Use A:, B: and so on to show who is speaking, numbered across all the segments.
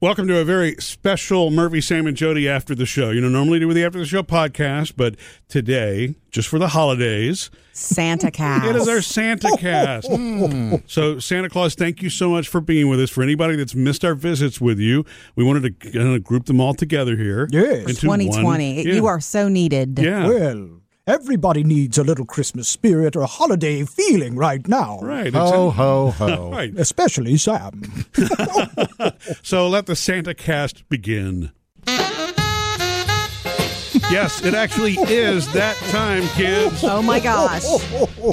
A: Welcome to a very special Murphy, Sam, and Jody after the show. You know, normally do the after the show podcast, but today, just for the holidays,
B: Santa Cat.
A: it is our Santa cast. So, Santa Claus, thank you so much for being with us. For anybody that's missed our visits with you, we wanted to kind of group them all together here.
C: Yes.
A: into one.
B: 2020.
A: Yeah.
B: You are so needed.
A: Yeah.
C: Well, everybody needs a little Christmas spirit or a holiday feeling right now.
A: Right. It's-
D: Ho, ho, ho.
A: Right.
C: Especially Sam.
A: So let the Santa cast begin. Yes, it actually is that time, kids.
B: Oh my gosh.
C: oh.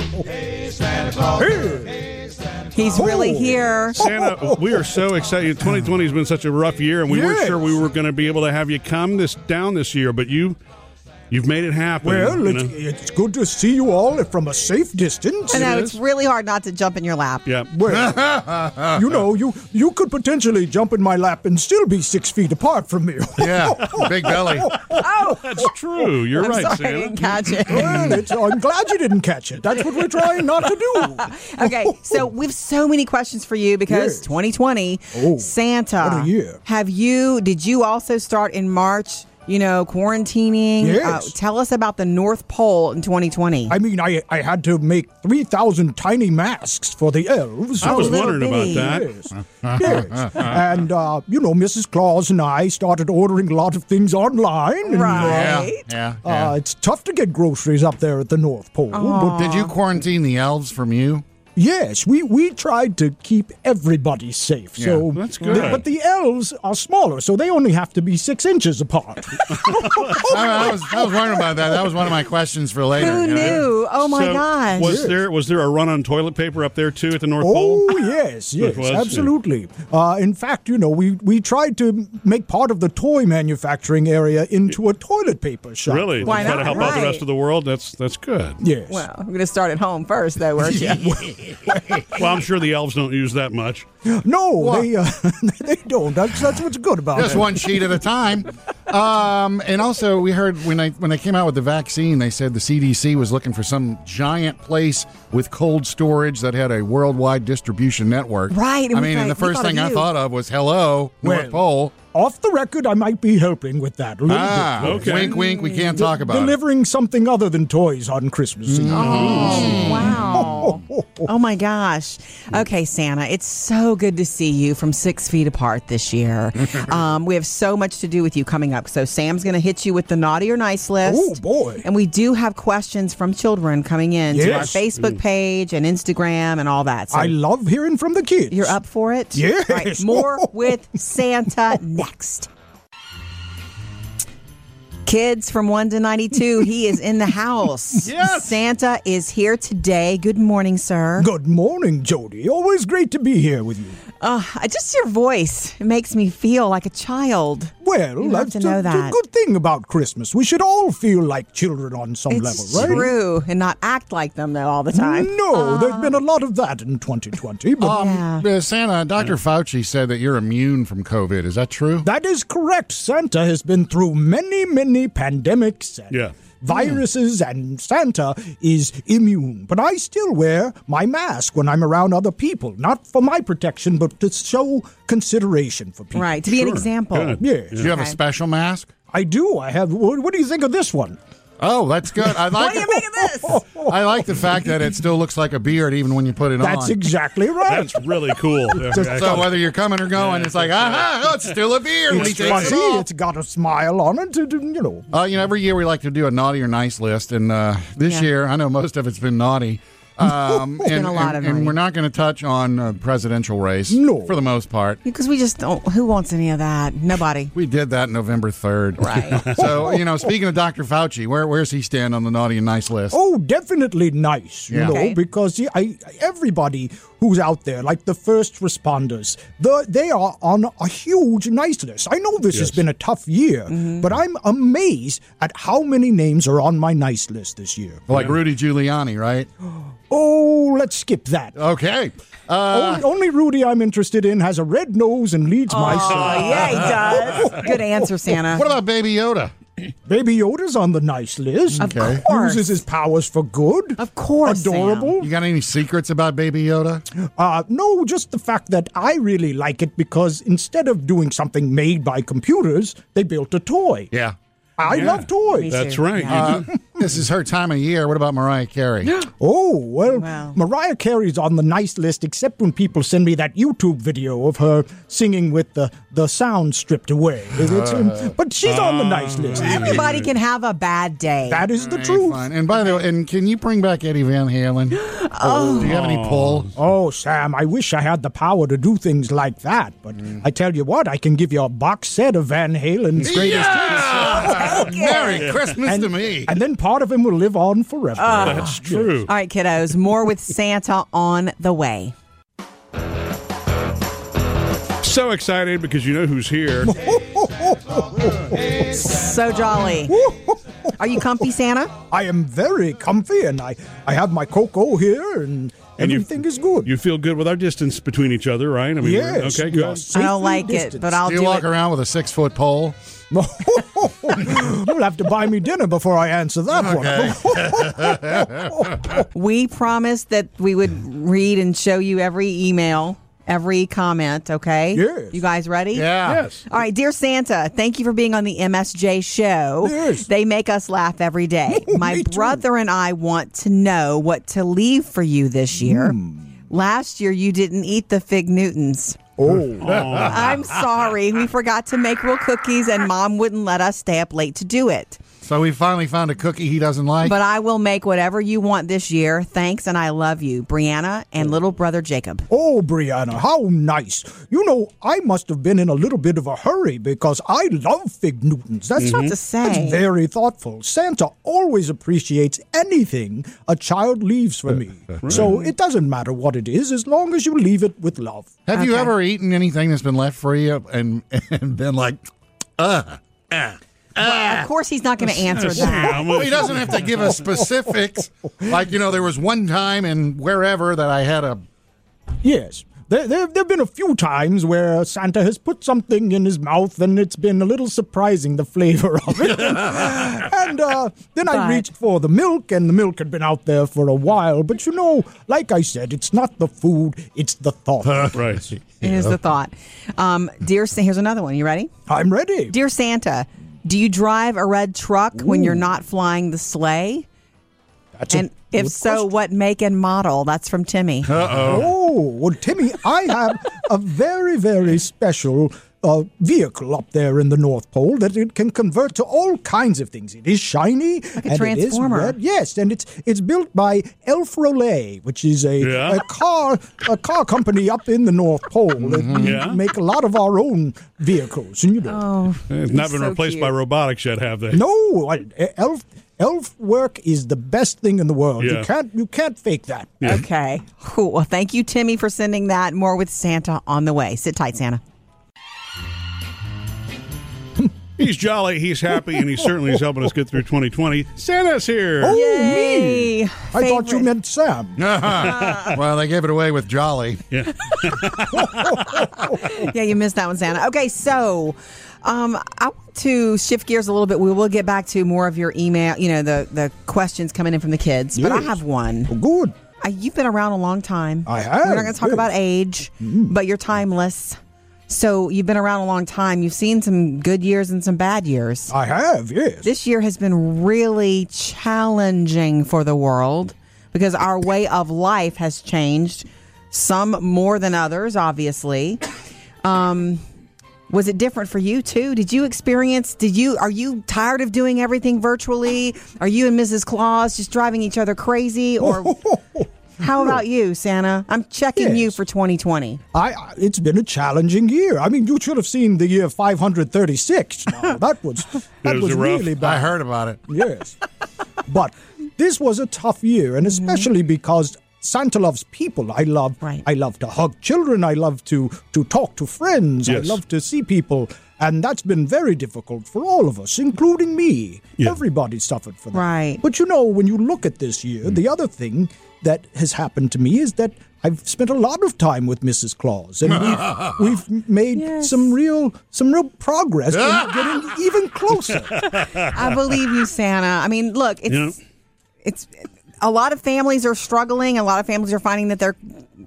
B: He's really here.
A: Santa, we are so excited. 2020 has been such a rough year, and we weren't
C: Yes.
A: sure we were going to be able to have you come this down this year, but you, you've made it happen.
C: Well,
A: you
C: it's,
A: know?
C: it's good to see you all from a safe distance.
B: I know
A: it
B: it's
A: is.
B: really hard not to jump in your lap.
A: yeah.
C: Well, you know, you you could potentially jump in my lap and still be six feet apart from me.
D: Yeah, big belly.
A: That's true. You're
B: I'm
A: right,
B: sorry I
A: Santa.
B: didn't catch it.
C: Well, it's, I'm glad you didn't catch it. That's what we're trying not to do.
B: Okay, so we have so many questions for you because
C: Yes.
B: 2020,
C: Oh,
B: Santa.
C: what a year.
B: Have you? Did you also start in March? You know, quarantining. Uh,
C: Yes.
B: tell us about the North Pole in 2020.
C: I mean, I, I had to make 3,000 tiny masks for the elves.
A: I was
B: Oh, little
A: wondering about
B: bitty.
A: that.
C: Yes. yes. And, uh, you know, Mrs. Claus and I started ordering a lot of things online. and, uh,
B: Right.
D: Yeah, yeah.
C: Uh, it's tough to get groceries up there at the North Pole.
A: Oh.
D: yeah. Did you quarantine the elves from you?
C: Yes, we, we tried to keep everybody safe. so
A: That's
C: th-
A: good.
C: but the elves are smaller, so they only have to be six inches apart.
D: I, I was, I was wondering about that. That was one of my questions for later.
B: Oh, Who
D: you know?
B: knew? Oh my
A: So,
B: gosh.
A: Was there was there a run on toilet paper up there too at the North Pole?
C: Oh yes, yes,
A: was, yeah.
C: absolutely. Uh, in fact, you know, we we tried to make part of the toy manufacturing area into a toilet paper shop.
A: Really?
B: Why
A: To try to
B: not?
A: help out the
B: Right.
A: rest of the world. That's that's good.
C: Yes.
B: well, I'm going to start at home first, though, aren't you?
A: Well, I'm sure the elves don't use that much.
C: no, they uh, they don't. That's, that's what's good about
D: Just
C: it.
D: one sheet at a time. Um, and also, we heard when I when I came out with the vaccine, they said the CDC was looking for some giant place with cold storage that had a worldwide distribution network.
B: Right, and
D: I
B: we
D: mean,
B: thought-
D: and the
B: we
D: first
B: thought of
D: thing I
B: you.
D: thought of was, "Hello, North
C: Well,
D: Pole."
C: Off the record, I might be helping with that a little
D: Ah,
C: bit.
A: Okay.
D: wink, wink. We can't talk about it. Mm-hmm.
C: Delivering something other than toys on Christmas Eve.
B: Oh, wow. Oh my gosh. Okay, Santa, it's so good to see you from six feet apart this year. um, we have so much to do with you coming up. So, Sam's going to hit you with the naughty or nice list.
C: Oh, boy.
B: And we do have questions from children coming in to our
C: Yes.
B: Facebook page and Instagram and all that. So,
C: I love hearing from the kids.
B: you're up for it?
C: Yes. Oh,
B: All right, more with Santa next. Kids from 1 to 92, he is in the house.
D: Yes.
B: Santa is here today. Good morning, sir.
C: Good morning, Jody. Always great to be here with you.
B: Uh, just your voice it makes me feel like a child.
C: Well,
B: You'd love
C: that's
B: to know
C: the, the
B: that.
C: good thing about Christmas. We should all feel like children on some
B: It's
C: level, right? Mm,
B: true, and not act like them, though, all the time.
C: No, there's been a lot of that in 2020, but
B: Yeah.
D: Uh, Santa, Dr. Fauci said that you're immune from COVID. Is that true?
C: that is correct. Santa has been through many, many pandemics and
A: Yeah.
C: viruses, and Santa is immune. But I still wear my mask when I'm around other people, not for my protection, but to show consideration for people.
B: Right, to be an example.
A: Good.
C: Yes,
D: Do you have a
B: Okay.
D: special mask?
C: I do. I have. What, what do you think of this one?
D: Oh, that's good. I like.
B: What do you make of this?
D: I like the fact that it still looks like a beard even when you put it
C: That's
D: on.
C: exactly right.
A: That's really cool. Okay.
D: so whether you're coming or going, it's like, aha, oh, it's still a beard. when he
C: it's
D: takes
C: funny.
D: it off.
C: It's got a smile on it. and, and, You know.
D: Uh, you know, every year we like to do a naughty or nice list, and uh, this
B: Yeah.
D: year I know most of it's been naughty. Um,
B: been
D: and,
B: a lot
D: and-
B: of naughty.
D: and we're not going to touch on uh, presidential race
C: No.
D: for the most part.
B: Because we just don't, who wants any of that? Nobody.
D: We did that November 3rd.
B: Right.
D: so, you know, speaking of Dr. Fauci, where where's he stand on the naughty and nice list?
C: Oh, definitely nice, you
D: Yeah.
C: know,
B: Okay.
C: because yeah, I, everybody who's out there, like the first responders, the, they are on a huge nice list. I know this has been a tough year,
B: Mm-hmm.
C: but I'm amazed at how many names are on my nice list this year.
D: Like Rudy Giuliani, right?
C: Oh, let's skip that.
D: Okay. Uh,
C: only, only Rudy I'm interested in has a red nose and leads my side.
B: Oh, yeah, he does. Good answer, Santa.
D: what about Baby Yoda?
C: Baby Yoda's on the nice list.
B: Of Okay. course.
C: Uses his powers for good.
B: Of course, Sam.
C: Adorable.
D: You got any secrets about Baby Yoda?
C: Uh, no, just the fact that I really like it because instead of doing something made by computers, they built a toy.
D: Yeah.
C: I
A: Yeah.
C: love toys.
A: That's
B: too.
A: right.
B: Yeah.
A: You do-
D: this is her time of year. What about Mariah Carey?
C: Oh, well,
B: Wow.
C: Mariah Carey's on the nice list, except when people send me that YouTube video of her singing with the, the sound stripped away.
A: Uh,
C: It's- but she's on the nice list.
B: Everybody can have a bad day.
C: That is the
D: Hey,
C: truth.
D: fine. And by the way, and can you bring back Eddie Van Halen? Do you have any pull?
C: Oh, Sam, I wish I had the power to do things like that. But
A: Mm.
C: I tell you what, I can give you a box set of Van Halen's greatest
D: Yeah! Merry Christmas
C: And,
D: to me.
C: and then part of him will live on forever.
A: Ah. That's true.
B: All right, kiddos, more with Santa on the way.
A: So excited because you know who's here.
B: So jolly. Are you comfy, Santa?
C: I am very comfy and I, I have my cocoa here and,
A: you-
C: everything is good.
A: You feel good with our distance between each other, right? I mean, we're-
C: yes.
A: okay,
C: we
A: good.
B: I
C: are
B: don't
C: safely
B: like it,
C: distanced.
B: but I'll
D: do
B: do,
D: you walk
B: it.
D: around with a six foot pole?
C: You'll have to buy me dinner before I answer that one.
B: We promised that we would read and show you every email, every comment, okay?
C: Yes.
B: You guys ready?
D: Yeah.
A: Yes.
B: All right, dear Santa, thank you for being on the MSJ show.
C: Yes.
B: They make us laugh every day. My
C: Me too.
B: brother and I want to know what to leave for you this year.
C: Hmm.
B: Last year, you didn't eat the Fig Newtons.
C: oh,
B: I'm sorry. We forgot to make real cookies, and mom wouldn't let us stay up late to do it.
D: So we finally found a cookie he doesn't like.
B: But I will make whatever you want this year. Thanks, and I love you, Brianna and little brother Jacob.
C: oh, Brianna, how nice. You know, I must have been in a little bit of a hurry because I love Fig Newtons. That's
B: Not to say.
C: That's very thoughtful. Santa always appreciates anything a child leaves for me. So it doesn't matter what it is as long as you leave it with love.
D: have you ever eaten anything that's been left for you and, and been like,
B: Of course, he's not going to answer
A: Yeah,
B: that.
A: I'm
D: well,
A: gonna-
D: he doesn't have to give us specifics. Like, you know, there was one time in wherever that I had a.
C: Yes. There, there, there have been a few times where Santa has put something in his mouth and it's been a little surprising the flavor of it. and uh, then
B: But-
C: I reached for the milk and the milk had been out there for a while. But you know, like I said, it's not the food, it's the thought.
A: Right.
B: Here's the thought. Um, dear, Sa- here's another one. You ready?
C: I'm ready.
B: Dear Santa, do you drive a red truck when you're not flying the sleigh?
C: That's a
B: And if
C: good
B: so, what make and model? That's from Timmy.
C: Oh, well, Timmy, I have a very, very special uh, vehicle up there in the North Pole that it can convert to all kinds of things. It is shiny. Like
B: a
C: and it is
B: transformer.
C: red. Yes, and it's it's built by Elf Rollet, which is a,
A: Yeah.
C: a car a car company up in the North Pole. that
A: Mm-hmm. Yeah.
C: make a lot of our own vehicles, and you know.
B: Oh.
A: It's not been
B: so
A: replaced by
B: cute.
A: robotics yet, have they?
C: No, I- elf elf work is the best thing in the world.
A: Yeah.
C: You can't you can't fake that.
B: Okay. Cool. Well, thank you, Timmy, for sending that. More with Santa on the way. Sit tight, Santa.
A: He's jolly, he's happy, and he certainly is helping us get through 2020. Santa's here.
C: Oh,
B: Yay.
C: me! I thought you
B: Favorite.
C: meant Sam.
D: well, they gave it away with Jolly.
A: Yeah.
B: yeah, you missed that one, Santa. Okay, so um, I want to shift gears a little bit. We will get back to more of your email, you know, the, the questions coming in from the kids. But I
C: Yes.
B: have one.
C: Good.
B: Uh, you've been around a long time.
C: I have,
B: We're not going to talk
C: yes. Mm-hmm.
B: about age, but you're timeless. So you've been around a long time. You've seen some good years and some bad years.
C: I have, yes.
B: This year has been really challenging for the world because our way of life has changed, some more than others, obviously. Um, was it different for you too? Did you experience? Did you are you tired of doing everything virtually? Are you and Mrs. Claus just driving each other crazy? Or how about you, Santa? I'm checking you
C: Yes.
B: for 2020.
C: I, I- it's been a challenging year. I mean, you should have seen the year 536. Now, that was that
A: was
C: was,
A: a rough-
C: really bad.
D: I heard about it.
C: Yes. but this was a tough year, and especially because Santa loves people. I love
B: Mm-hmm. Right.
C: I love to hug children. I love to to talk to friends.
A: Yes.
C: I love to see people. And that's been very difficult for all of us, including me.
A: Yeah.
C: Everybody suffered for that.
B: Right.
A: Mm.
C: But you know, when you look at this year, the other thing that has happened to me is that I've spent a lot of time with Mrs. Claus, and we've, we've made
B: Yes.
C: some real some real progress in getting even closer.
B: I believe you, Santa. I mean, look, it's
A: Yeah.
B: it's a lot of families are struggling. A lot of families are finding that they're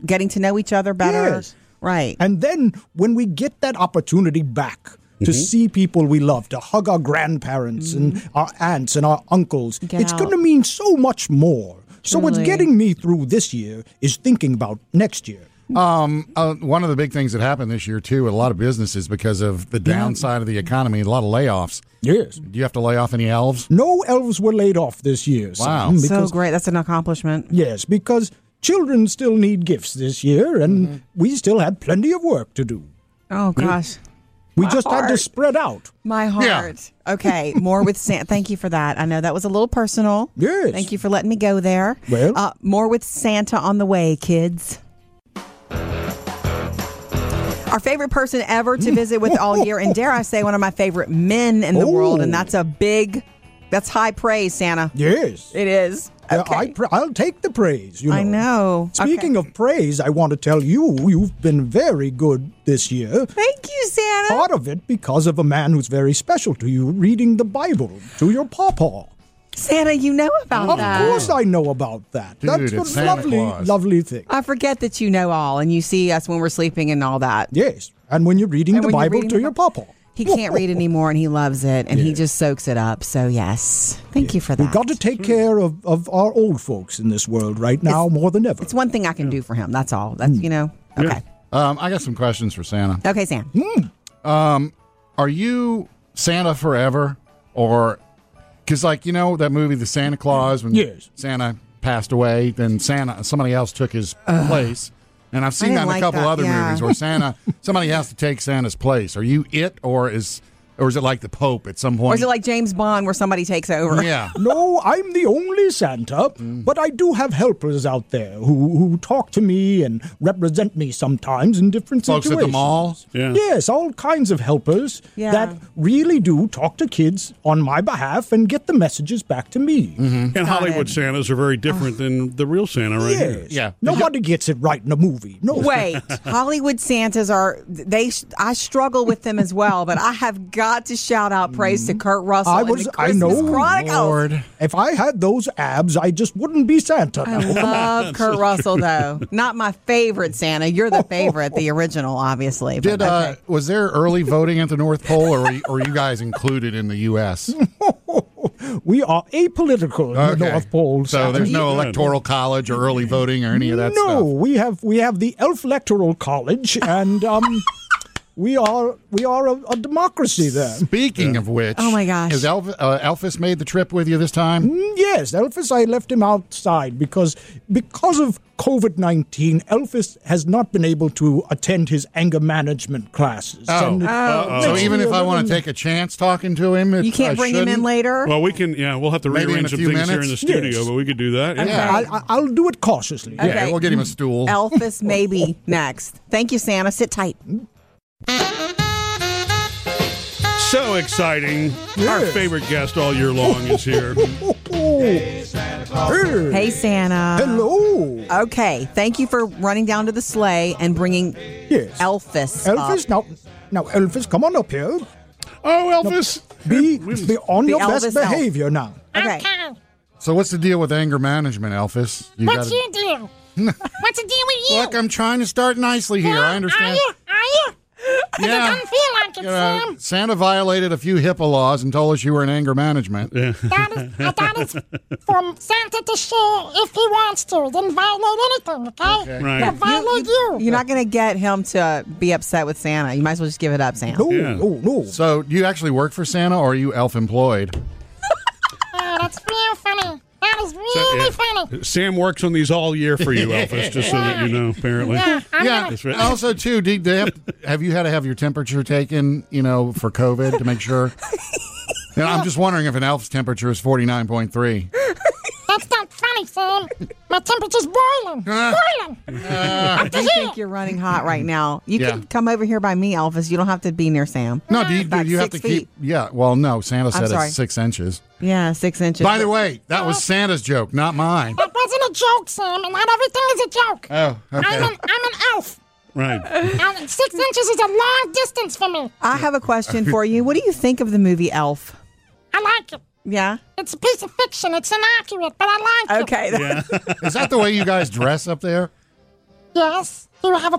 B: getting to know each other better.
C: Yes.
B: Right.
C: And then when we get that opportunity back to see people we love, to hug our grandparents and our aunts and our uncles,
B: Get
C: it's
B: out.
C: going to mean so much more. So what's
B: Truly.
C: getting me through this year is thinking about next year.
D: Uh, one of the big things that happened this year too, with a lot of businesses because of the downside of the economy, a lot of layoffs.
C: Yes.
D: Do you have to lay off any elves?
C: No elves were laid off this year. Sam,
D: Wow. So
B: so
C: because-
B: great. That's an accomplishment.
C: Yes, because children still need gifts this year, and
B: Mm-hmm.
C: we still had plenty of work to do.
B: Oh gosh.
C: We just had to
B: heart.
C: spread out.
B: My heart. Okay, more with Santa. Thank you for that. I know that was a little personal.
C: Yes.
B: Thank you for letting me go there.
C: Well.
B: uh, more with Santa on the way, kids. Our favorite person ever
C: Mm.
B: to visit with all year, and dare I say, one of my favorite men in the world, and
C: Oh.
B: that's a big, that's high praise, Santa.
C: Yes.
B: It is.
C: Yeah,
B: Okay.
C: I pr- I'll take the praise. You know.
B: I know.
C: Speaking of praise, I want to tell you, you've been very good this year.
B: Thank you, Santa.
C: Part of it because of a man who's very special to you reading the Bible to your pawpaw.
B: Santa, you know about
C: Of
B: that.
C: course, I know about that.
D: Dude,
C: That's
D: it's
C: a
D: Santa
C: lovely,
D: Claus.
C: lovely thing.
B: I forget that you know all, and you see us when we're sleeping and all that.
C: Yes, and when you're reading
B: And
C: the
B: when you're
C: Bible
B: reading
C: to
B: the
C: your
B: Bi-
C: pawpaw.
B: He can't read anymore and he loves it and he
C: Yeah.
B: just soaks it up. So, yes. Thank you for that. Hmm.
C: We've got to take care of, of our old folks in this world right now more than ever.
B: it's one thing I can do for him. That's all. That's,
C: Mm.
B: you know, okay.
D: Um, I got some questions for Santa.
B: Okay, Sam.
C: Mm.
D: Are you Santa forever, or because like you know that movie, The Santa Claus, when
C: Yes.
D: Santa passed away, then Santa somebody else took his place. And I've seen that
B: didn't
D: in
B: like
D: a couple
B: that,
D: other
B: yeah.
D: movies where Santa somebody has to take Santa's place. Are you it, or is or is it like the Pope at some point?
B: Or is it like James Bond where somebody takes over?
D: yeah?
C: No, I'm the only Santa, but I do have helpers out there who, who talk to me and represent me sometimes in different
D: Folks at the
C: situations.
D: mall?
A: Yeah.
C: Yes, all kinds of helpers
B: Yeah.
C: that really do talk to kids on my behalf and get the messages back to me.
A: And Hollywood
B: it. Oh.
A: Santas are very different than the real Santa right here.
C: Yes.
D: Yeah.
C: Nobody gets it right in a movie. No.
B: Wait, Hollywood Santas are they? I struggle with them as well, but I have got to shout out praise to Kurt Russell.
C: Mm. I
B: and
C: was-
B: the
C: I
B: Christmas
C: know.
B: Chronicles.
D: Lord.
C: If I had those abs, I just wouldn't be Santa.
B: I love Kurt Russell though. Not my favorite Santa. You're the favorite, the original, obviously. but
D: Did uh,
B: okay.
D: was there early voting at the North Pole, or were you, or you guys included in the U.S.?
C: we are apolitical in the
D: Okay.
C: North Pole.
D: so
C: Santa.
D: there's no electoral college or early voting or any of that
C: no,
D: stuff.
C: we have we have the Elf Electoral College, and um, we are we are a, a democracy there.
D: Speaking of which,
B: Oh my gosh.
D: has Elf, uh, Elvis made the trip with you this time?
C: Mm, Yes, Elvis, I left him outside because because of COVID nineteen, Elvis has not been able to attend his anger management classes.
D: Oh.
C: and-
D: So
C: Makes
D: even
C: me
D: if
C: a
D: I want to
C: little-
D: take a chance talking to him, it,
B: you can't
D: I
B: bring him in
D: shouldn't?
B: later.
A: Well, we can, yeah, we'll have to
D: Maybe in
A: rearrange
D: a
A: some
D: few
A: things here in the
D: minutes?
A: studio,
C: Yes.
A: but we could do that. Yeah.
D: Yeah.
C: I'll, I'll- I'll do it cautiously.
D: Yeah,
B: Okay.
D: we'll get him a stool.
B: Elphus maybe next. Thank you, Santa. Sit tight.
A: So exciting. Our favorite guest all year long is here.
C: Oh, oh. Hey.
B: Hey, Santa.
C: Hello.
B: Okay, thank you for running down to the sleigh and bringing
C: Yes.
B: Elphus.
C: Elvis,
B: up.
C: now, now, Elvis, come on up here.
A: Oh, Elvis.
C: Be, be on
B: The
C: your
B: Elvis
C: best
B: elf.
C: behavior now.
B: Okay,
E: Okay.
D: So what's the deal with anger management, Elvis? You
E: What's
D: gotta-
E: your deal? What's the deal with you?
D: Look, I'm trying to start nicely here. I
E: Are
D: understand.
E: you? Are you?
D: Yeah.
E: I don't feel like it,
D: You know,
E: Sam.
D: Santa violated a few HIPAA laws and told us you were in anger management.
E: That is, I thought it's for Santa to share if he wants to. Didn't violate anything, okay?
A: Right.
E: Didn't violate you.
B: you're not going to get him to be upset with Santa. You might as well just give it up, Sam.
C: No,
A: Yeah.
C: no, no.
D: So, do you actually work for Santa or are you elf employed?
E: Oh, that's real funny. That is really
A: Uh, yeah.
E: funny.
A: Sam works on these all year for you, Elvis, just so that you know, apparently.
E: Yeah, I'm
D: Yeah.
E: gonna,
A: That's right.
D: Also, too, do they have, have you had to have your temperature taken, you know, for COVID to make sure? And I'm just wondering if an elf's temperature is 49.3.
E: that's not funny, Sam. My temperature's boiling. boiling.
B: I do think you're running hot right now. You
D: Yeah.
B: can come over here by me, Elphus. You don't have to be near Sam.
D: No, do you, do
B: About
D: you have to
B: six
D: keep? Yeah, well, no, Santa said
B: sorry.
D: it's six inches.
B: Yeah, six inches.
D: Oh. By the way, that was Santa's joke, not mine.
E: That wasn't a joke, Sam, and not everything is a joke.
D: Oh, okay.
E: I'm an I'm an elf.
A: Right.
E: And six inches is a long distance for me.
B: I have a question for you. What do you think of the movie Elf?
E: I like it.
B: Yeah.
E: It's a piece of fiction. It's inaccurate, but I like it.
B: Okay.
A: Yeah.
D: Is that the way you guys dress up there?
E: Yes. Do you have a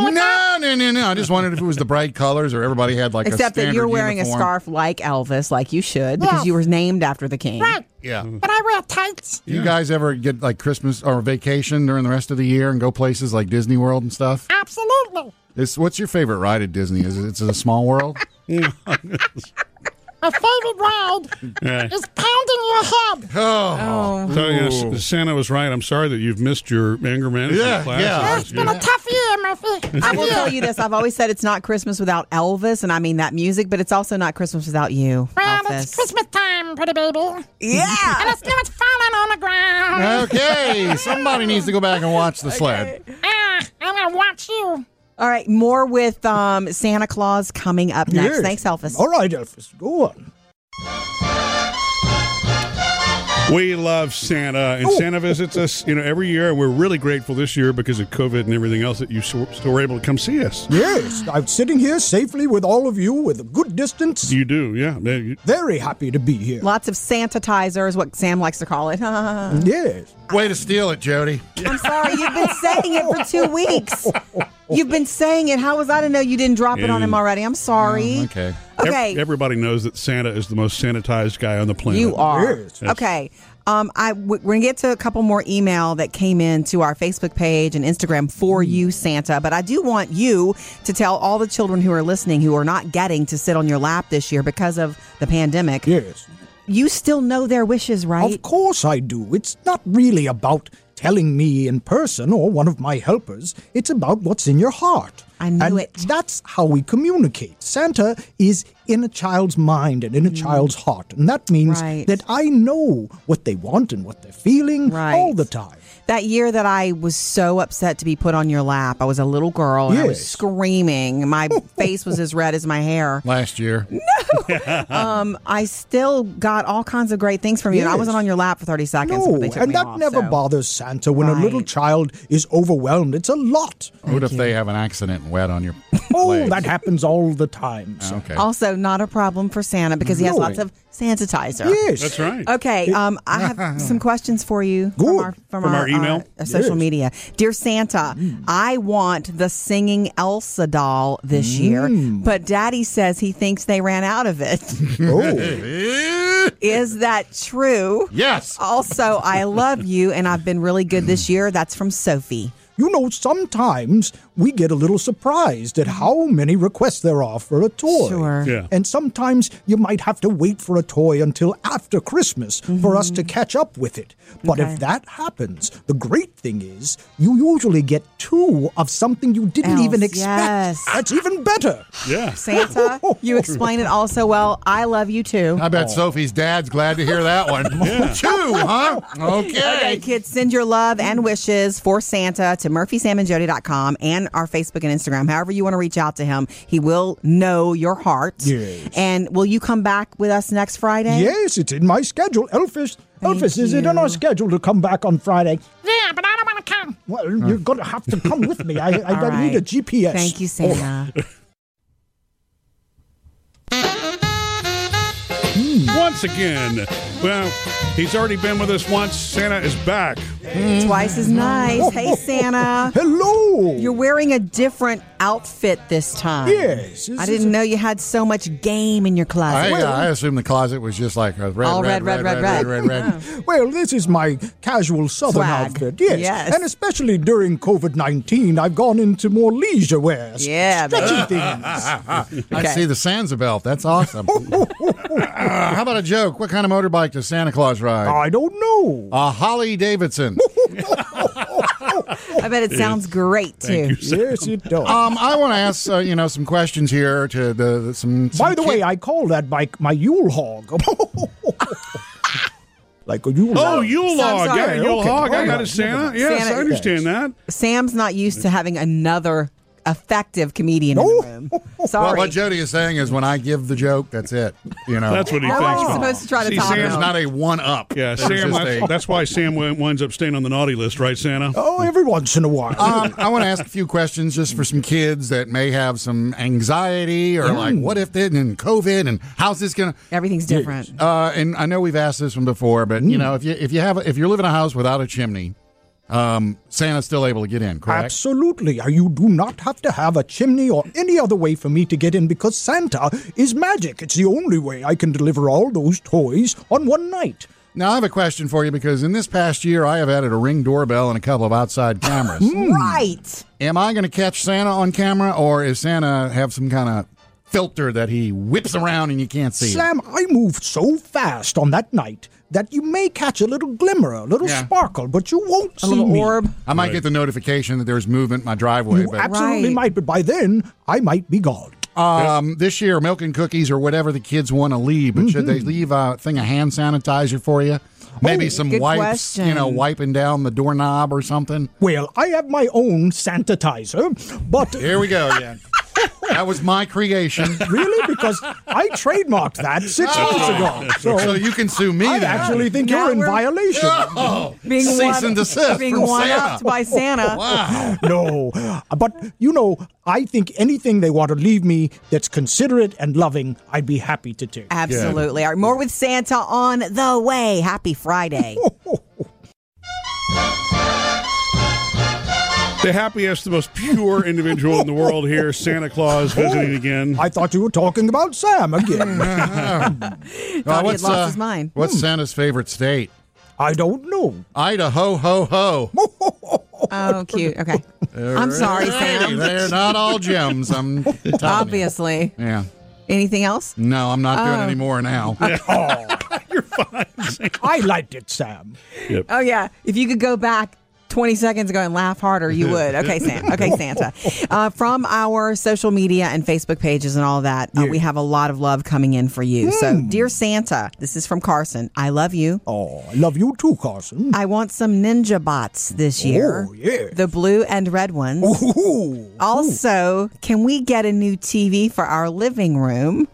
D: No,
E: with that?
D: no, no, no. I just wondered if it was the bright colors or everybody had like a
B: Except that
D: standard
B: you're wearing
D: uniform.
B: a scarf like Elvis, like you should, because
E: Yes.
B: you were named after the king.
E: Right.
D: Yeah.
E: But I wear tights.
D: Do you guys ever get like Christmas or vacation during the rest of the year and go places like Disney World and stuff?
E: Absolutely.
D: It's, what's your favorite ride at Disney? Is it, it's a small world?
E: My favorite ride
A: Yeah.
E: is pounding your head.
D: Oh,
A: So yes, Santa was right. I'm sorry that you've missed your anger management
D: Yeah,
A: class.
D: yeah.
E: It's been a tough year, Murphy.
B: I will tell you this. I've always said it's not Christmas without Elvis, and I mean that music, but it's also not Christmas without you.
E: Well,
B: Elvis.
E: it's Christmas time, pretty baby. And
B: Yeah.
E: it's now it's falling on the ground.
D: Oh. okay. Somebody needs to go back and watch the sled.
E: Ah, I'm gonna watch you.
B: All right. More with um, Santa Claus coming up next.
C: Yes.
B: Thanks, Elvis.
C: All right, Elvis, go on.
A: We love Santa, and Santa visits us, you know, every year. And we're really grateful this year because of COVID and everything else that you so- still were able to come see us.
C: Yes, I'm sitting here safely with all of you with a good distance.
A: You do, yeah. Man, you-
C: Very happy to be here.
B: Lots of sanitizer is what Sam likes to call it. I'm
C: Yes.
D: Way to steal it, Jody.
B: sorry. You've been saying it for two weeks. You've been saying it. How was I to know you didn't drop it on him already? I'm
C: Oh,
B: sorry.
D: Okay.
A: ev-
B: Okay.
A: everybody knows that Santa is the most sanitized guy on the planet.
B: You are.
C: Yes.
B: Okay. Um, I w- we're gonna get to a couple more email that came in to our Facebook page and Instagram for
C: Mm.
B: you, Santa. But I do want you to tell all the children who are listening who are not getting to sit on your lap this year because of the pandemic.
C: Yes.
B: You still know their wishes, right?
C: Of course I do. It's not really about telling me in person or one of my helpers. It's about what's in your heart.
B: I knew
C: and
B: it.
C: That's how we communicate. Santa is in a child's mind and in a child's heart. And that means
B: Mm. Right.
C: that I know what they want and what they're feeling all
B: Right.
C: the time.
B: That year that I was so upset to be put on your lap, I was a little girl and I was
C: Yes.
B: screaming. My face was as red as my hair.
D: Last year.
B: Um, I still got all kinds of great things from you. And I
C: Yes.
B: wasn't on your lap for thirty seconds.
C: No,
B: but they took
C: and
B: me
C: that
B: off,
C: never
B: so.
C: bothers Santa when a little
B: Right.
C: child is overwhelmed. It's a lot.
D: What if they have an accident and wet on your
C: Oh,
D: legs?
C: that happens all the time.
B: Oh.
C: Santa.
D: Okay.
B: Also, not a problem for Santa because he has
C: No.
B: lots of sanitizer.
C: Yes.
A: That's right.
B: Okay, um, I have some questions for you from
C: Good.
B: our, from
A: From our email?
B: uh, social
C: Yes.
B: media. Dear Santa, I want the singing Elsa doll this year, but Daddy says he thinks they ran out of it.
C: Oh.
B: Is that true?
D: yes.
B: Also, I love you and I've been really good this year. That's from Sophie.
C: You know, sometimes we get a little surprised at how many requests there are for a toy.
B: Sure.
A: Yeah.
C: And sometimes you might have to wait for a toy until after Christmas for us to catch up with it. But
B: Mm-hmm. Okay.
C: if that happens, the great thing is you usually get two of something you didn't even
B: Else,
C: expect.
B: yes.
C: That's even better.
A: yeah.
B: Santa, you explain it all so well. I love you too.
D: I bet Sophie's dad's glad to hear that one. Two, huh?
B: Okay,
D: Okay.
B: kids, send your love
C: Mm.
B: and wishes for Santa to murphysamandjody.com and our Facebook and Instagram. However you want to reach out to him, he will know your heart.
C: Yes.
B: And will you come back with us next Friday?
C: Yes, it's in my schedule. Elvis,
B: Thank
C: Elvis, is it in
B: you.
C: our schedule to come back on Friday?
E: Yeah, but I don't want to come.
C: Well, you're going to have to come with me. I, I
B: All
C: gotta need a
B: right.
C: GPS.
B: Thank you,
C: Oh,
B: Santa.
A: Once again, well, he's already been with us once. Santa is back.
C: Oh.
B: Twice as nice. Hey, Santa.
C: Hello.
B: You're wearing a different outfit this time.
C: Yes, this
B: I
C: is
B: didn't
C: a-
B: know you had so much game in your
D: I,
B: closet.
D: I assume the closet was just like a red,
B: All
D: red, red, red, red, red, Oh. red.
C: Well, this is my casual southern
B: Swag.
C: outfit, yes.
B: Yes.
C: And especially during COVID 19, I've gone into more leisure wear. s-
B: Yeah, baby.
C: Stretchy things.
D: I see the Sansa belt. That's awesome. Uh, how about a joke? What kind of motorbike does Santa Claus ride?
C: Oh, I don't know.
D: A Holly Davidson.
B: I bet it sounds great
A: Thank
B: too.
A: you, Santa.
C: yes, it does.
D: Um, I want to ask uh, you know some questions here to the, the- some, some
C: By the way, I call that bike my Yule hog. like a Yule
A: Oh,
C: hog.
A: Yule
B: So I'm
A: log. Yeah,
B: sorry.
A: Yule
C: Okay.
A: log. I
C: All
A: got
C: right.
A: it, Santa. Yes,
B: Santa-
A: I understand that.
B: Sam's not used to having another effective comedian in
C: No.
B: the room.
D: Well,
B: Sorry.
D: what Jody is saying is when I give the joke, that's it. You know,
A: That's what he
B: I
A: thinks.
B: wasn't
A: Bob.
B: supposed to try to
A: See,
B: top
A: Sam's
B: him.
D: Sam's not a one up.
A: Yeah, Sam. That's, that's why Sam win- winds up staying on the naughty list, right, Santa?
C: Oh, every once in a while.
D: um, I want to ask a few questions just for some kids that may have some anxiety
C: Mm.
D: or like, what if then and COVID and how's this gonna?
B: Everything's different.
D: Uh, and I know we've asked this one before, but you know, if you if you have if you're living in a house without a chimney, um, Santa's still able to get in, correct?
C: Absolutely. Uh, You do not have to have a chimney or any other way for me to get in because Santa is magic. It's the only way I can deliver all those toys on one night.
D: Now I have a question for you because in this past year I have added a ring doorbell and a couple of outside cameras.
B: Hmm. Right.
D: Am I going to catch Santa on camera, or is Santa have some kind of filter that he whips around and you can't see? him?
C: Sam, I moved so fast on that night that you may catch a little glimmer, a little
D: Yeah.
C: sparkle, but you won't
B: A
C: see
B: little
C: me.
B: orb.
D: I might get the notification that there's movement in my driveway,
C: You
D: but
C: absolutely
B: Right.
C: might, but by then I might be gone.
D: um, this year milk and cookies or whatever the kids want to leave. But
B: Mm-hmm.
D: should they leave a thing of hand sanitizer for you? Maybe some
B: good
D: wipes, you know,
B: question.
D: wiping down the doorknob or something.
C: Well, I have my own sanitizer, but
D: Here we go again. that was my creation.
C: really, because I trademarked that six months
B: Oh.
C: ago. So,
D: So you can sue me.
C: I
D: now.
C: actually think
B: Now
C: you're in
B: we're-
C: violation.
D: Oh, cease
B: one-
D: and desist
B: Being
D: from
B: one-upped
D: Santa.
B: by Santa.
D: Wow.
C: no. But, you know, I think anything they want to leave me that's considerate and loving, I'd be happy to take.
B: Absolutely. All right, more with Santa on the way. Happy Friday.
D: Oh,
A: The happiest, the most pure individual in the world here, Santa Claus visiting again.
C: I thought you were talking about Sam again.
B: Thought he had lost his mind. Hmm.
D: What's Santa's favorite state?
C: I don't know.
D: Idaho, ho, ho.
B: Oh, cute. Okay. I'm sorry,
D: Alrighty,
B: Sam.
D: They're not all gems. I'm telling you.
B: Obviously.
D: Yeah.
B: Anything else?
D: No, I'm not
B: Oh.
D: doing any more now.
C: I liked it, Sam.
B: Oh yeah. If you could go back 20 seconds ago and laugh harder, you would. Okay, Santa. Okay, Santa. Uh, from our social media and Facebook pages and all that, uh, we have a lot of love coming in for you. So,
D: Hmm.
B: dear Santa, this is from Carson. I love you.
C: Oh, I love you too, Carson.
B: I want some ninja bots this year.
C: Oh, yeah.
B: The blue and red ones.
C: Ooh.
B: Also, can we get a new TV for our living room?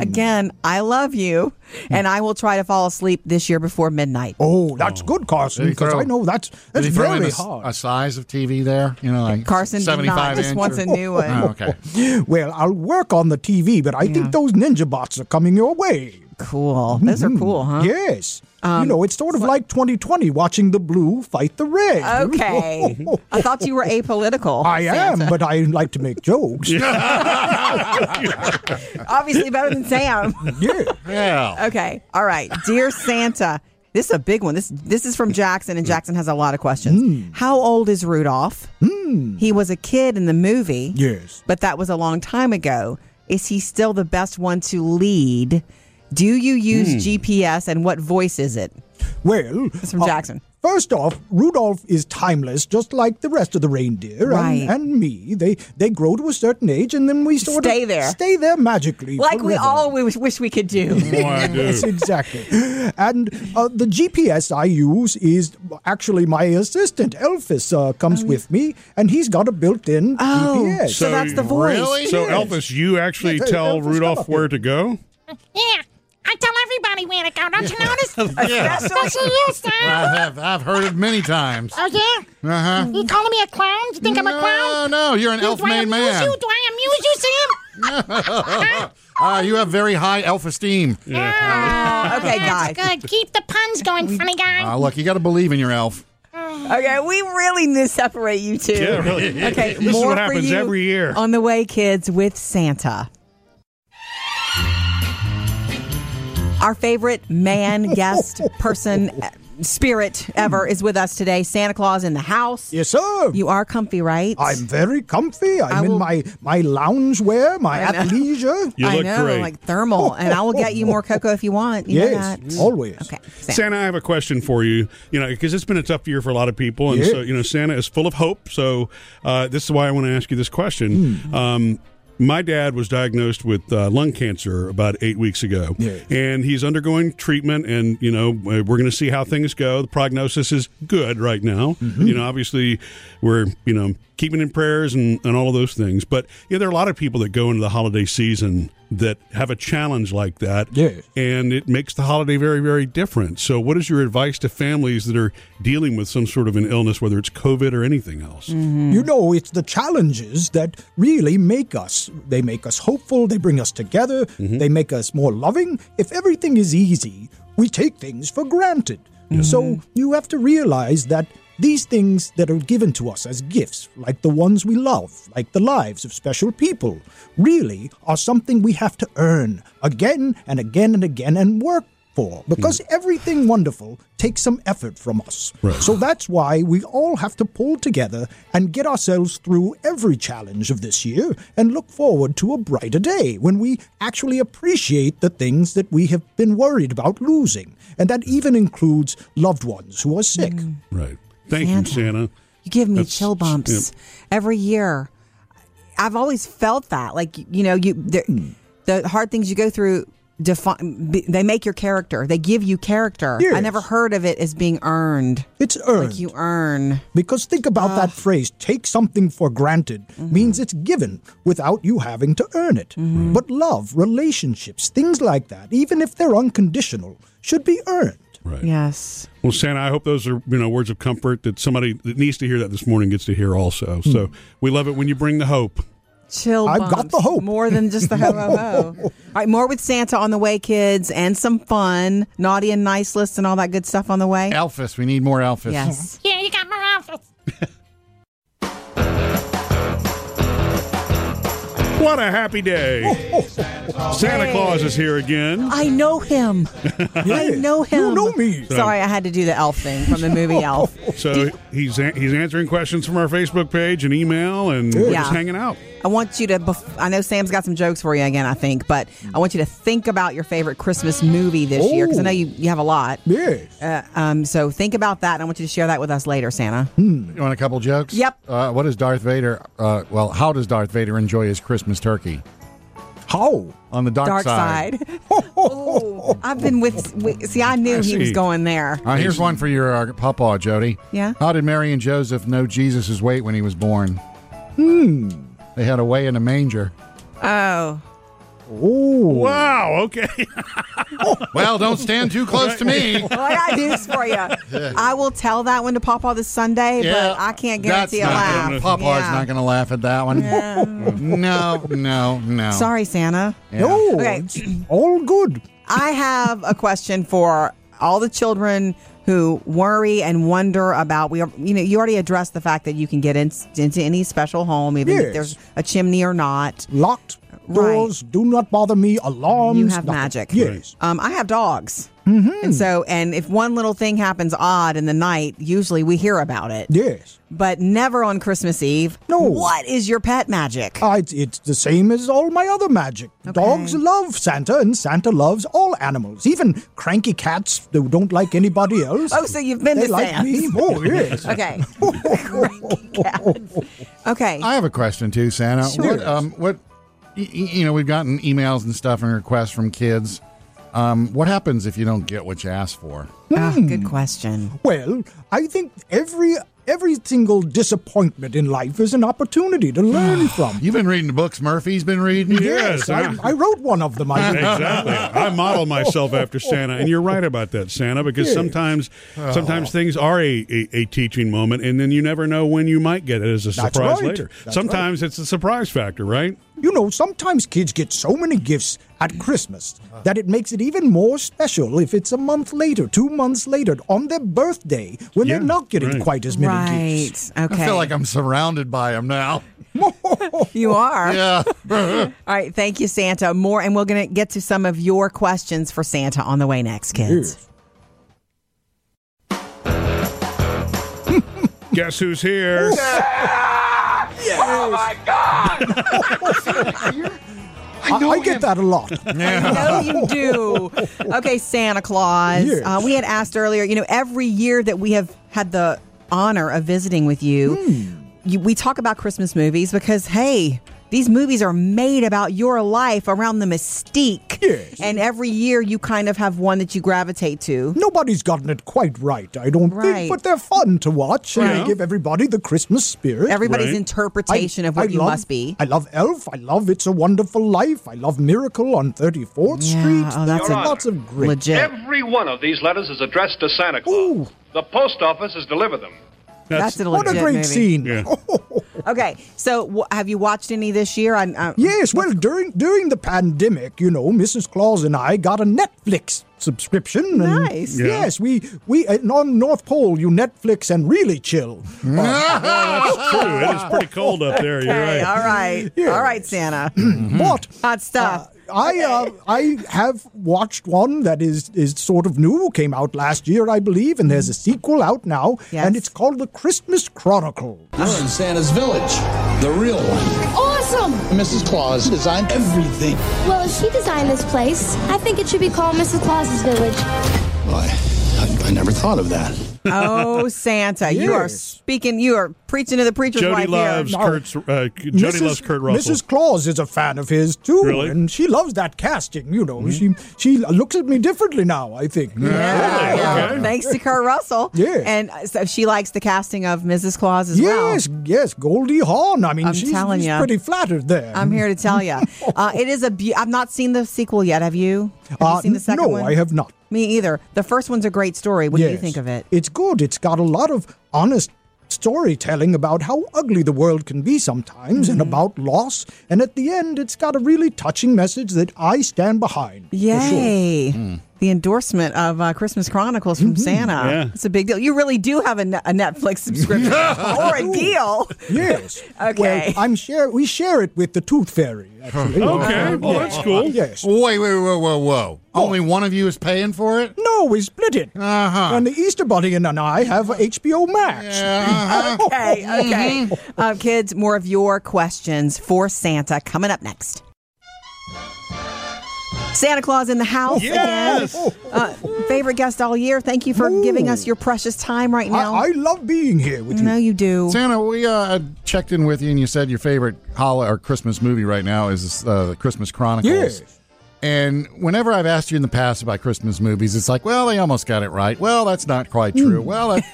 B: Again, I love you, and I will try to fall asleep this year before midnight.
C: Oh, that's good, Carson,
D: Did he
C: because
D: throw-
C: I know that's,
D: Did
C: that's
D: he throw in
C: very
D: a,
C: hard.
D: a size of TV there? You know, like
B: Carson did
D: 75
B: not. Just
D: inch
B: wants
D: or-
B: a new one.
D: Oh, okay.
C: Well, I'll work on the TV, but I think those ninja bots are coming your way.
B: Cool.
C: Mm-hmm.
B: Those are cool, huh?
C: Yes. you know, it's sort of like 2020 watching the blue fight the red.
B: Okay. I thought you were apolitical.
C: I am,
B: Santa.
C: but I like to make jokes. yeah.
B: obviously better than Sam.
D: Yeah.
B: Okay. All right. Dear Santa, this is a big one. This this is from Jackson, and Jackson has a lot of questions. How old is Rudolph? He was a kid in the movie.
C: Yes.
B: But that was a long time ago. Is he still the best one to lead? Do you use GPS and what voice is it?
C: Well, uh,
B: It's from Jackson.
C: First off, Rudolph is timeless, just like the rest of the reindeer
B: Right.
C: and, and me. They they grow to a certain age, and then we sort
B: Stay
C: of
B: there.
C: stay there magically.
B: Like we
C: forever.
B: all wish wish we could do.
A: Boy, I do.
C: Yes, exactly. And uh, the GPS I use is actually my assistant, Elvis, uh,
B: Oh,
C: comes with me, and he's got a built-in GPS.
B: So that's the voice.
D: Really?
A: So,
C: Yes.
A: Elvis, you actually
C: Yeah, hey,
A: tell
C: Elvis, come
A: Rudolph
C: up
A: where to go?
E: Yeah, I tell everybody where to go. Don't you notice?
D: Yeah.
E: Especially you, Sam.
D: I
B: Uh-huh.
D: have, I've heard it many times.
E: Oh, yeah?
D: Uh-huh.
E: You calling me a clown? You think I'm a
D: No,
E: clown?
D: no, you're an elf
E: Do I
D: made
E: amuse
D: man.
E: you? Do I amuse you, Sam?
D: Uh, you have very high elf esteem.
E: Ah,
B: okay,
E: that's
B: guys.
E: good. Keep the puns going, funny guy.
D: Uh, look, you got to believe in your elf.
B: Okay, we really need to separate you two.
A: Yeah, really.
B: Okay,
A: This is
B: more
A: what
B: for
A: happens
B: you
A: every year.
B: On the way, kids, with Santa. Our favorite man, guest, person, uh, spirit ever is with us today. Santa Claus in the house.
C: yes, sir.
B: You are comfy, right?
C: I'm very comfy. I'm
B: will-
C: in my my lounge wear, my
B: I know.
C: athleisure.
A: You
B: I
A: look
B: know,
A: great.
B: like thermal, and I will get you more cocoa if you want. You know
C: yes,
B: that.
C: always.
B: Okay, Santa.
A: Santa, I have a question for you. You know, because it's been a tough year for a lot of people, and
C: Yeah.
A: so you know, Santa is full of hope. So uh, this is why I want to ask you this question. Um, My dad was diagnosed with uh, lung cancer about eight weeks ago,
C: Yeah.
A: and he's undergoing treatment. And you know, uh, we're going to see how things go. The prognosis is good right now. You know, obviously, we're you know keeping in prayers and, and all of those things. But yeah, there are a lot of people that go into the holiday season that have a challenge like that.
C: Yes.
A: and it makes the holiday very, very different. So, what is your advice to families that are dealing with some sort of an illness, whether it's COVID or anything else?
C: You know, it's the challenges that really make us. They make us hopeful, they bring us together, they make us more loving. If everything is easy, we take things for granted. So you have to realize that these things that are given to us as gifts, like the ones we love, like the lives of special people, really are something we have to earn again and again and again and work for because
B: Hmm.
C: everything wonderful takes some effort from us. So that's why we all have to pull together and get ourselves through every challenge of this year and look forward to a brighter day when we actually appreciate the things that we have been worried about losing. And that even includes loved ones who are sick.
B: Hmm.
A: Right. Thank you, Santa.
B: You give me
A: That's-
B: chill bumps every year. I've always felt that, like you know, you
C: Hmm.
B: the, the hard things you go through. Define. be- They make your character. They give you character. I
C: Yes.
B: never heard of it as being earned.
C: It's earned.
B: Like you earn.
C: Because think about
B: Ah.
C: that phrase, take something for granted,
B: Mm-hmm.
C: means it's given without you having to earn it. But love, relationships, things like that, even if they're unconditional, should be earned.
A: Right.
B: Yes.
A: Well, Santa, I hope those are you know words of comfort that somebody that needs to hear that this morning gets to hear also. So we love it when you bring the hope.
B: Chill.
C: I've got
B: bumps.
C: the hope.
B: More than just the ho ho ho. All right, more with Santa on the way, kids, and some fun, naughty and nice list, and all that good stuff on the way.
D: Alphys, we need more Alphys.
B: Yes.
E: Here, you got more outfits.
A: What a happy day! Santa Claus is here again.
B: I know him. I know him.
C: You know me. Oh.
B: Sorry, I had to do the elf thing from the movie Elf.
A: So he's a- he's answering questions from our Facebook page and email, and we're
B: Yeah.
A: just hanging out.
B: I want you to. Bef- I know Sam's got some jokes for you again. I think, but I want you to think about your favorite Christmas movie this year because I know you, you have a lot.
C: Yes.
B: Uh, um, so think about that, and I want you to share that with us later, Santa.
D: You want a couple jokes?
B: Yep.
D: Uh, what does Darth Vader? Uh, well, how does Darth Vader enjoy his Christmas turkey?
C: How?
D: On the dark,
B: Dark side. Ooh, I've been with. wi- See, I knew
A: I
B: he was
A: see.
B: going there.
D: Uh, here's one for your uh, papa, Jody.
B: Yeah?
D: How did Mary and Joseph know Jesus' weight when he was born? Hmm. They had a way in a manger.
B: Oh,
C: Oh.
A: Wow. Okay.
D: Well, don't stand too close to me.
B: well, Oh, I got news for you. I will tell that one to Papa this Sunday, but I can't guarantee
D: That's
B: a
D: not
B: laugh.
D: gonna- Papa's
B: Yeah.
D: not going to laugh at that one. no, no, no.
B: Sorry, Santa.
D: Yeah.
C: No,
B: Okay.
C: it's all good.
B: I have a question for all the children who worry and wonder about we are you know you already addressed the fact that you can get in, into any special home even if
C: Yes.
B: there's a chimney or not
C: Locked
B: Right.
C: doors, do not bother me, alarms.
B: you have
C: nothing.
B: magic
C: Yes.
B: um, i have dogs mm-hmm. and so and if one little thing happens odd in the night usually we hear about it
C: Yes.
B: but never on christmas eve
C: No.
B: what is your pet magic
C: Uh, it's, it's the same as all my other magic. Dogs love Santa, and Santa loves all animals, even cranky cats who don't like anybody else.
B: oh so you've been
C: they
B: to
C: like
B: Sam's.
C: me. Oh, yes.
B: okay okay
D: I have a question too, Santa.
B: Sure.
D: What, um, what, y- y- you know, we've gotten emails and stuff and requests from kids. Um, what happens if you don't get what you asked for?
B: Ah, good question
C: Well, I think every every single disappointment in life is an opportunity to learn from.
D: You've been reading the books Murphy's been reading.
A: Yes.
C: I,
A: I-
C: I wrote one of them. I did.
A: exactly. I model myself after Santa, and you're right about that, Santa, because sometimes sometimes things are a, a, a teaching moment, and then you never know when you might get it as a
C: That's
A: surprise
C: right.
A: later.
C: That's
A: sometimes it's a surprise factor, right?
C: You know, sometimes kids get so many gifts at Christmas that it makes it even more special if it's a month later, two months later, on their birthday, when
A: Yeah,
C: they're not getting
A: right.
C: quite as many
B: right
C: gifts.
B: okay
D: I feel like I'm surrounded by them now.
B: You are.
D: Yeah.
B: All right. Thank you, Santa. More, and we're going to get to some of your questions for Santa on the way next, kids.
A: Guess who's here?
F: Oh my God!
C: I, I get that a lot.
B: I know you do. Okay, Santa Claus.
C: Yes.
B: Uh, we had asked earlier, you know, every year that we have had
C: Hmm.
B: the honor of visiting with you, you we talk about Christmas movies because, hey, these movies are made about your life around the mystique.
C: Yes.
B: And every year you kind of have one that you gravitate to.
C: Nobody's gotten it quite right, I don't
B: Right.
C: think, but they're fun to watch and
A: Yeah.
C: they give everybody the Christmas spirit.
B: Everybody's
A: Right.
B: interpretation of what you
C: love,
B: must be.
C: I love Elf. I love It's a Wonderful Life. I love Miracle on 34th
B: Yeah,
C: Street.
B: oh, that's
C: There's
B: a-
C: lots of great.
B: Legit.
F: Every one of these letters is addressed to Santa Claus.
C: Ooh.
F: The post office has delivered them.
B: That's, a
C: What
B: legit
C: a great
B: movie.
C: scene. Oh,
A: Yeah.
B: Okay, so w- have you watched any this year? I'm, i
C: Yes, well, during during the pandemic, you know, Mrs. Claus and I got a Netflix subscription. and
B: Nice.
A: Yeah.
C: Yes, we we and on North Pole, you Netflix and really chill.
A: Mm-hmm. That's true. It is pretty cold up there. You're
B: Okay,
A: right.
B: all right,
C: Yes.
B: all right, Santa,
C: But
B: hot stuff.
C: I uh, I have watched one that is is sort of new, came out last year, I believe, and there's a sequel out now,
B: Mm. Yes.
C: and it's called The Christmas Chronicle.
G: We're in Santa's village, the real one.
H: Awesome!
G: Mrs. Claus designed everything.
H: Well, she designed this place. I think it should be called Mrs. Claus's Village.
G: I, I, I never thought of that.
B: oh, Santa, you are
C: Yes.
B: speaking. You are preaching to the preacher's
A: Jody
B: wife
A: loves
B: here.
A: Kurt's. Uh, Jody loves Kurt Russell.
C: Mrs. Claus is a fan of his too,
A: Really? Mm-hmm.
C: and she loves that casting. You know, she she looks at me differently now. I think.
B: Yeah,
A: Really?
B: yeah.
A: Okay.
B: Thanks to Kurt Russell.
C: Yeah.
B: and uh, so she likes the casting of Mrs. Claus as well.
C: Yes, yes, Goldie Hawn. I mean,
B: I'm
C: she's,
B: telling
C: she's
B: ya.
C: pretty flattered there.
B: I'm here to tell you, uh, it is a. Be- I've not seen the sequel yet. Have you? Have
C: Uh,
B: you seen the second
C: no,
B: one?
C: I have not.
B: Me either. The first one's a great story. What do you
C: Yes.
B: think of it?
C: It's good. It's got a lot of honest storytelling about how ugly the world can be sometimes
B: Mm-hmm.
C: and about loss. And at the end, it's got a really touching message that I stand behind. for sure.
B: Yay. The endorsement of uh, Christmas Chronicles from Santa.
A: Yeah.
B: It's a big deal. You really do have a, ne- a Netflix subscription or a deal.
C: Yes.
B: Okay.
C: Well, I'm share. We share it with the Tooth Fairy. Actually.
A: Okay, well, that's cool.
C: Yes.
D: Wait, wait, whoa, whoa, whoa. Only one of you is paying for it?
C: No, we split it. Uh-huh. And the Easter Bunny and I have HBO Max.
A: uh-huh.
B: Okay, okay. Uh, kids, more of your questions for Santa coming up next. Santa Claus in the house
A: Yes.
B: again. Uh, favorite guest all year. Thank you for giving us your precious time right now.
C: I, I love being here with you.
B: know you do.
D: Santa, we uh, checked in with you, and you said your favorite holiday or Christmas movie right now is uh, the Christmas Chronicles.
C: Yes.
D: And whenever I've asked you in the past about Christmas movies, it's like, well, they almost got it right. Well, that's not quite true. Well, that,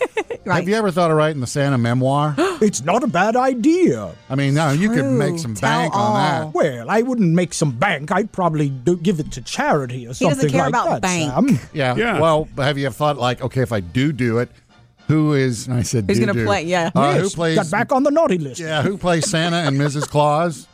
B: Hmm. Right.
D: have you ever thought of writing the Santa memoir?
C: It's not a bad idea.
D: I mean, no, you could
B: True.
D: make some
B: Tell
D: bank on
B: all.
D: that.
C: Well, I wouldn't make some bank. I'd probably do, give it to charity or
B: doesn't
C: something
B: care
C: like
B: about
C: that.
B: bank.
C: Sam.
D: Yeah.
A: Yeah.
D: Well, but have you thought like, okay, if I do do it, who is? I said,
B: Who's gonna
D: do-do.
B: play? Yeah.
D: Uh, who
C: Yes,
D: plays?
C: Got back on the naughty list.
D: Yeah, who plays Santa and Mrs. Claus?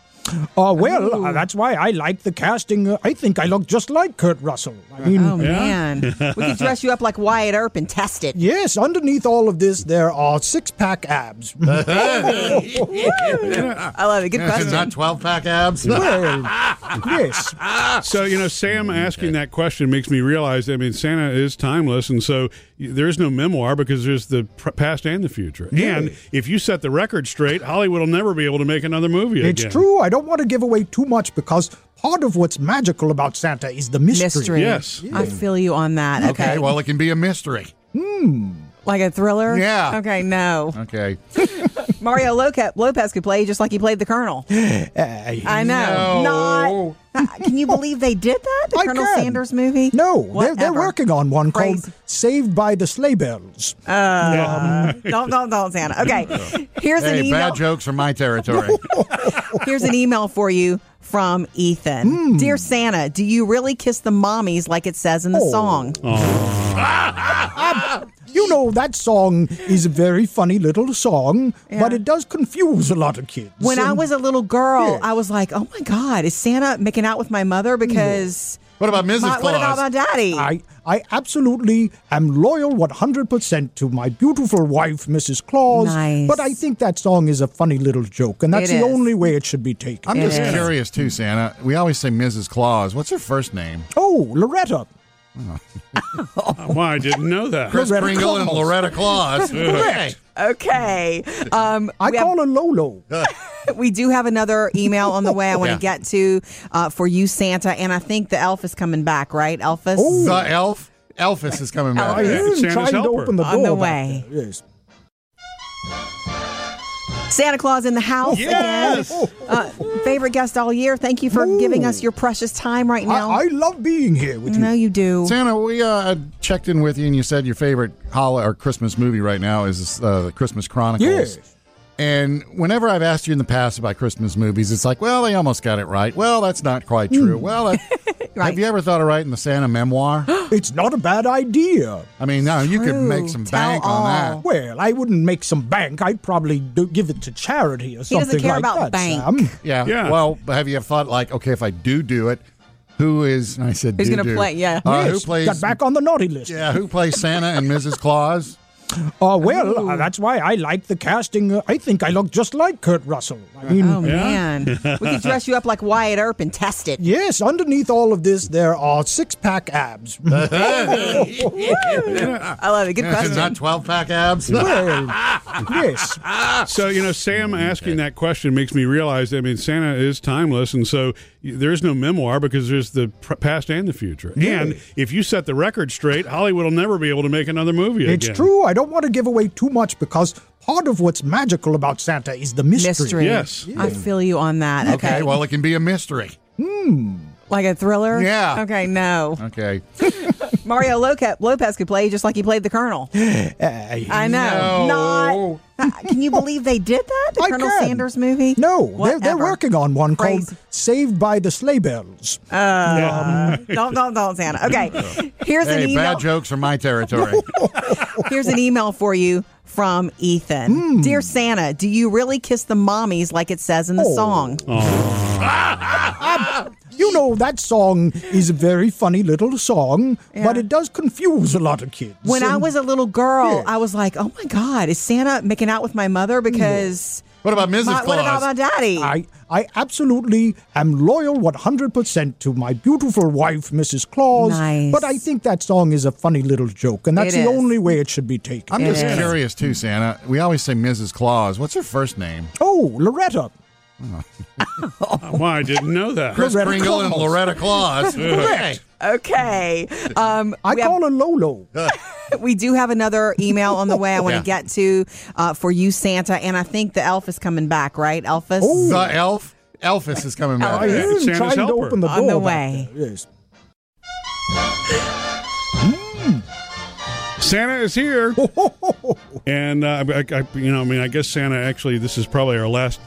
C: Oh well, uh, that's why I like the casting. Uh, I think I look just like Kurt Russell. I mean,
B: Oh, man. we could dress you up like Wyatt Earp and test it.
C: yes. Underneath all of this, there are six-pack abs.
B: I love it. Good question.
D: not twelve pack abs.
C: well, yes.
A: So you know,
C: Mm,
A: Sam asking that question makes me realize. I mean, Santa is timeless, and so y- there is no memoir because there's the pr- past and the future. And if you set the record straight, Hollywood will never be able to make another movie.
C: It's
A: again.
C: true. I don't want to give away too much because part of what's magical about Santa is the mystery.
B: mystery.
A: Yes.
B: I feel you on that. Okay.
D: Okay, well, it can be a mystery.
B: like a thriller?
D: Yeah.
B: Okay, no.
D: Okay.
B: Mario Loca- Lopez could play just like he played the Colonel.
C: Uh,
B: I know.
D: No.
B: Not. uh, Can you believe they did that? The
C: I
B: Colonel
C: can.
B: Sanders movie?
C: No, they're, they're
B: Whatever.
C: working on one
B: Crazy.
C: called Saved by the Sleigh Bells.
B: Uh, don't, don't, don't, Santa. Okay. Here's an
D: Hey,
B: email.
D: bad jokes are my territory.
B: Here's an email for you from
C: Hmm.
B: Ethan. Dear Santa, do you really kiss the mommies like it says in the
C: Oh.
B: song?
C: You know, that song is a very funny little song, but it does confuse a lot of kids.
B: When I
C: And-
B: was a little girl,
C: Yes.
B: I was like, "Oh my God, is Santa making out with my mother?" Because
D: What about Mrs.
B: my,
D: Claus?
B: what about my daddy?
C: I, I absolutely am loyal 100% to my beautiful wife, Mrs. Claus.
B: Nice.
C: But I think that song is a funny little joke, and that's
B: It
C: the
B: is.
C: only way it should be taken.
D: I'm just
B: is.
D: curious too, Santa. We always say Mrs. Claus. What's her first name?
C: oh, Loretta.
A: uh, Why I didn't know that.
D: Chris
C: Loretta
D: Pringle and
C: Claus.
D: Loretta Claus. Correct.
B: okay, um,
C: I
B: we, have-
C: call her Lolo.
B: we do have another email on the way. I want to
D: Yeah.
B: get to uh, for you, Santa, and I think the elf is coming back, right? Elfus
D: The elf. Elphus is coming back.
C: I am
A: Santa's
C: trying to
A: helper.
C: open the door.
B: On the
C: back
B: way.
C: there, Yes.
B: Santa Claus in the
C: Oh,
B: house
A: Yes!
B: again. Uh, favorite guest all year. Thank you for giving us your precious time right now.
C: I, I love being here with
B: know
C: you.
B: you do.
D: Santa, we uh, checked in with you, and you said your favorite hol- or Christmas movie right now is uh, the Christmas Chronicles.
C: Yes.
D: And whenever I've asked you in the past about Christmas movies, it's like, well, they almost got it right. Well, that's not quite true. Well, that,
B: Mm. Right.
D: have you ever thought of writing the Santa memoir?
C: It's not a bad idea.
D: I mean, no, you could
B: True.
D: make some
B: Tell
D: bank on that.
C: Well, I wouldn't make some bank. I'd probably do, give it to charity or
B: doesn't
C: something
B: care
C: like
B: about
C: that.
B: bank.
C: Sam.
D: Yeah.
A: Yeah.
D: Well, but have you thought like, okay, if I do do it, who is? I said,
B: Who's gonna
D: do-do.
B: play? Yeah.
D: Uh,
C: Yes,
D: who plays?
C: Got back on the naughty list.
D: Yeah, who plays Santa and Mrs. Claus?
C: Oh well, uh, that's why I like the casting. Uh, I think I look just like Kurt Russell. I mean,
B: Oh man, we could dress you up like Wyatt Earp and test it.
C: yes, underneath all of this, there are six-pack abs.
B: I love it. Good question.
D: Not twelve pack abs.
C: well, yes,
A: So you know, Sam
C: Mm,
A: asking that question makes me realize. I mean, Santa is timeless, and so y- there is no memoir because there's the pr- past and the future. And if you set the record straight, Hollywood will never be able to make another movie.
C: it's
A: again.
C: true. I don't want to give away too much because part of what's magical about Santa is the mystery.
B: Mystery.
A: Yes.
B: I feel you on that. Okay.
D: Okay, well, it can be a mystery.
B: like a thriller.
D: Yeah.
B: Okay. No.
D: Okay.
B: Mario Loca- Lopez could play just like he played the Colonel.
C: Uh,
B: I know.
D: no.
B: Not. Uh, Can you believe they did that? The
C: I
B: Colonel
C: can.
B: Sanders movie?
C: No, they're,
B: Uh,
C: they're
B: Whatever.
C: working on one
B: Crazy.
C: called "Saved by the Sleigh Bells."
B: Uh, don't, don't, don't, Santa. Okay. Here's an
D: Hey,
B: email.
D: bad jokes are my territory.
B: Here's an email for you from Ethan.
C: Hmm.
B: Dear Santa, do you really kiss the mommies like it says in the
C: Oh.
B: song?
C: You know that song is a very funny little song, but it does confuse a lot of kids.
B: When I
C: And-
B: was a little girl,
C: Yes.
B: I was like, oh my God, is Santa making out with my mother? Because.
D: What about Mrs.
B: My, what about my
D: Claus?
B: daddy?
C: I, I absolutely am loyal 100% to my beautiful wife, Mrs. Claus.
B: Nice.
C: But I think that song is a funny little joke, and that's
B: It
C: the
B: is.
C: only way it should be taken.
D: I'm just
B: is.
D: curious too, Santa. We always say Mrs. Claus. What's her first name?
C: oh, Loretta.
A: Uh, Why I didn't know that.
D: Chris
C: Loretta
D: Kringle and
C: Claus.
D: Loretta Claus. Correct.
B: okay. Um,
C: I
B: we have-
C: call her Lolo.
A: Uh,
B: we do have another email on the way I want
D: Yeah.
B: to get to uh, for you, Santa. And I think the elf is coming back, right? Elphus?
C: Oh,
D: The elf. Elvis is coming
C: I
D: back.
A: Elvis.
C: am
A: Santa's
C: trying to
A: helper.
C: open the door.
B: On the
C: back
B: way.
C: there, Yes.
A: Santa is here, and uh, I, I, you know, I mean, I guess Santa. Actually, this is probably our last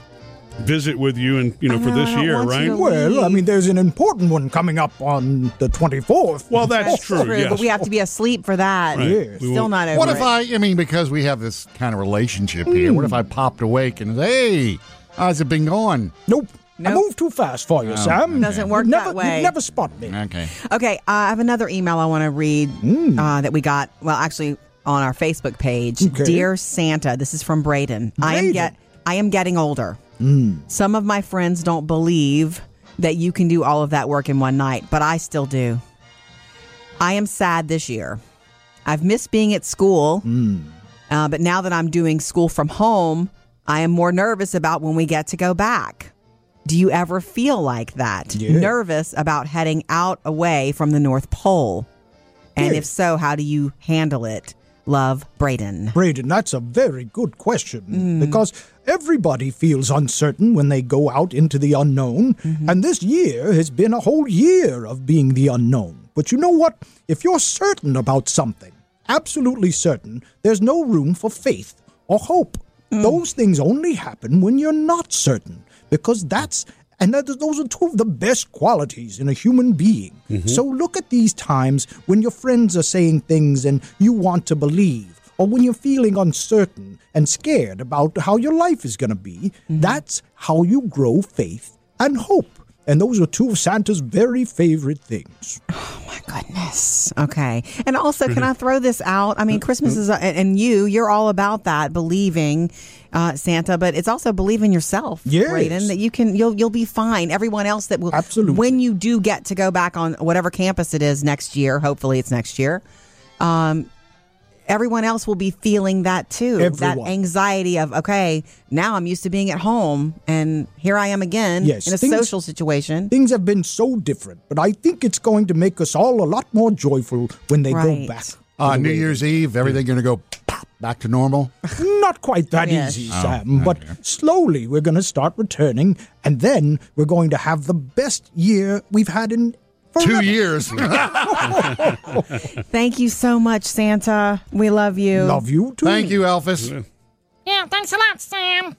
A: visit with you, and you know,
B: I
A: for
B: know,
A: this
B: I don't
A: year,
B: want you
A: right?
B: to
C: Well, I mean, there's an important one coming up on the Oh, 24th.
A: Well, that's, true. yes.
B: But we have to be asleep for that.
A: Right.
C: Yes.
A: We
B: Still
A: will-
B: not over
D: What if
B: it.
D: I? I mean, because we have this kind of relationship here. What if I popped awake and hey, how's it been going?
C: Nope. I
B: Nope.
C: move too fast for
A: Oh,
C: you, Sam.
B: Doesn't work
C: You'd never,
B: that way.
C: you'd never spot me.
D: Okay.
B: Okay, uh, I have another email I want to read
C: Hmm.
B: uh, that we got. Well, actually, on our Facebook page,
C: Okay.
B: dear Santa, this is from Braden. I am
C: Braden. Hmm.
B: get I am getting older. Some of my friends don't believe that you can do all of that work in one night, but I still do. I am sad this year. I've missed being at school, uh, but now that I'm doing school from home, I am more nervous about when we get to go back. Do you ever feel like that?
C: Yeah.
B: Nervous about heading out away from the North Pole? And
C: Yeah.
B: if so, how do you handle it? Love, Braden.
C: Braden, that's a very good
B: Hmm.
C: question because everybody feels uncertain when they go out into the unknown.
B: Mm-hmm.
C: And this year has been a whole year of being the unknown. But you know what? If you're certain about something, absolutely certain, there's no room for faith or hope. Those things only happen when you're not certain because that's and that, those are two of the best qualities in a human being. So look at these times when your friends are saying things and you want to believe, or when you're feeling uncertain and scared about how your life is going to be. That's how you grow faith and hope. And those are two of Santa's very favorite things.
B: Goodness. Okay. And also, can
C: Mm-hmm.
B: I throw this out? I mean, Christmas is, and and you, you're all about that, believing uh, Santa, but it's also believing yourself,
C: Yes.
B: Braden, that you can, you'll, you'll be fine. Everyone else that will,
C: Absolutely.
B: when you do get to go back on whatever campus it is next year, hopefully it's next year, um, everyone else will be feeling that too. That
C: Everyone.
B: anxiety of, okay, now I'm used to being at home and here I am again
C: Yes,
B: in a
C: things-
B: social situation.
C: Things have been so different, but I think it's going to make us all a lot more joyful when they
B: Right.
C: go back.
D: Uh, New Year's Eve, everything going to go. pop. Back to normal.
C: Not quite that
B: Yes.
C: easy, Sam, but slowly we're going to start returning, and then we're going to have the best year we've had in
D: Two
C: forever.
D: years.
B: Thank you so much, Santa. We love you.
C: Love you too.
D: Thank you, Elvis.
E: Yeah, thanks a lot, Sam.